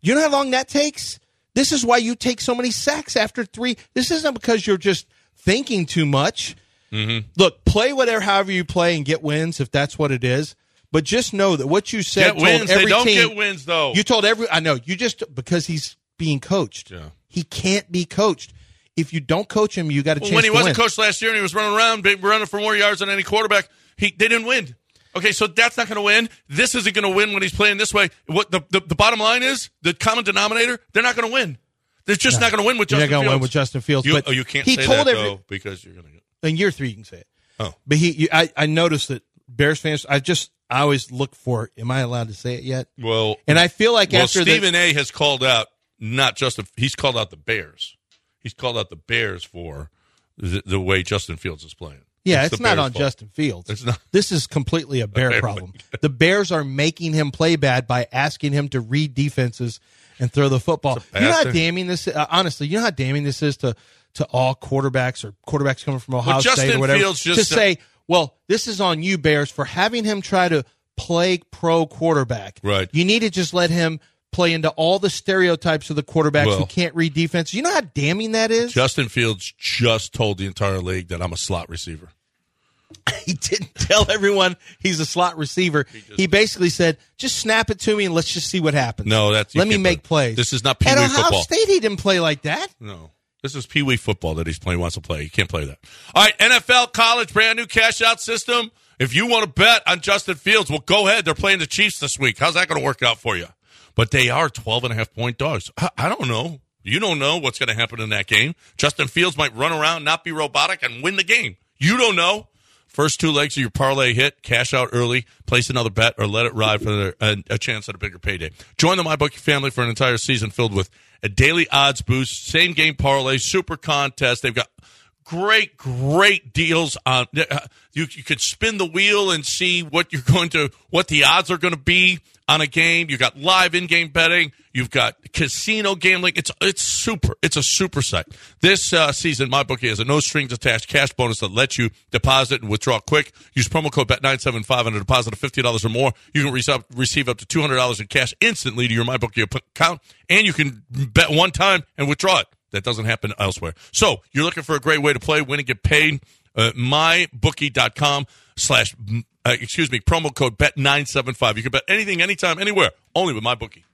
you know how long that takes? This is why you take so many sacks after three. This isn't because you're just thinking too much. Mm-hmm. Look, play whatever, however you play, and get wins if that's what it is. But just know that what you said Get told wins. They every don't team- get wins though. You told every. I know you just because he's being coached. Yeah. He can't be coached. If you don't coach him, you got a Well, chance when he to wasn't win. coached last year and he was running around, big- running for more yards than any quarterback, he they didn't win. Okay, so that's not going to win. This isn't going to win when he's playing this way. What the, the the bottom line is, the common denominator, they're not going to win. They're just not going to win with You're Justin not going to Fields. win with Justin Fields. You, but oh, you can't He say told that every though, because you're going to. get in year three. You can say it. Oh, But he, you, I, I noticed that Bears fans. I just, I always look for. Am I allowed to say it yet? well, And I feel like Mm. well, after the- Stephen A. has called out not Justin. He's called out the Bears. He's called out the Bears for the, the way Justin Fields is playing. Yeah, the it's, not Bears' on fault. Justin Fields. It's not. This is completely a bear Bear problem. The Bears are making him play bad by asking him to read defenses and throw the football. a You know how bastard. damning this. Uh, honestly, you know how damning this is to to all quarterbacks or quarterbacks coming from Ohio State Justin or whatever. Fields just to said- say, well, this is on you, Bears, for having him try to play pro quarterback. Right. You need to just let him play into all the stereotypes of the quarterbacks who Well- can't read defense. You know how damning that is. Justin Fields just told the entire league that I'm a slot receiver. *laughs* he didn't tell everyone he's a slot receiver. He, basically said, "Just snap it to me and let's just see what happens." No, that's- you let me can't make put- plays. this is not At Pee Wee Ohio football. State, he didn't play like that. No. This is Pee Wee football that he's playing, wants to play. He can't play that. All right, NFL college, brand new cash out system. If you want to bet on Justin Fields, well, go ahead. They're playing the Chiefs this week. How's that going to work out for you? But they are 12 and a half point dogs. I, I don't know. You don't know what's going to happen in that game. Justin Fields might run around, not be robotic, and win the game. You don't know. First two legs of your parlay hit, cash out early, place another bet, or let it ride for another- a, a chance at a bigger payday. Join the MyBookie family for an entire season filled with a daily odds boost, same game parlay, super contest. They've got great, great deals on. uh, You, you could spin the wheel and see what you're going to, what the odds are going to be on a game. You've got live in-game betting. You've got casino gambling. It's it's super. It's a super site. This uh, season, MyBookie has a no strings attached cash bonus that lets you deposit and withdraw quick. Use promo code BET975 on a deposit of fifty dollars or more. You can receive receive up to two hundred dollars in cash instantly to your MyBookie account, and you can bet one time and withdraw it. That doesn't happen elsewhere. So you're looking for a great way to play, win, and get paid. Uh, mybookie.com slash, uh, excuse me, promo code bet975. You can bet anything, anytime, anywhere, only with MyBookie.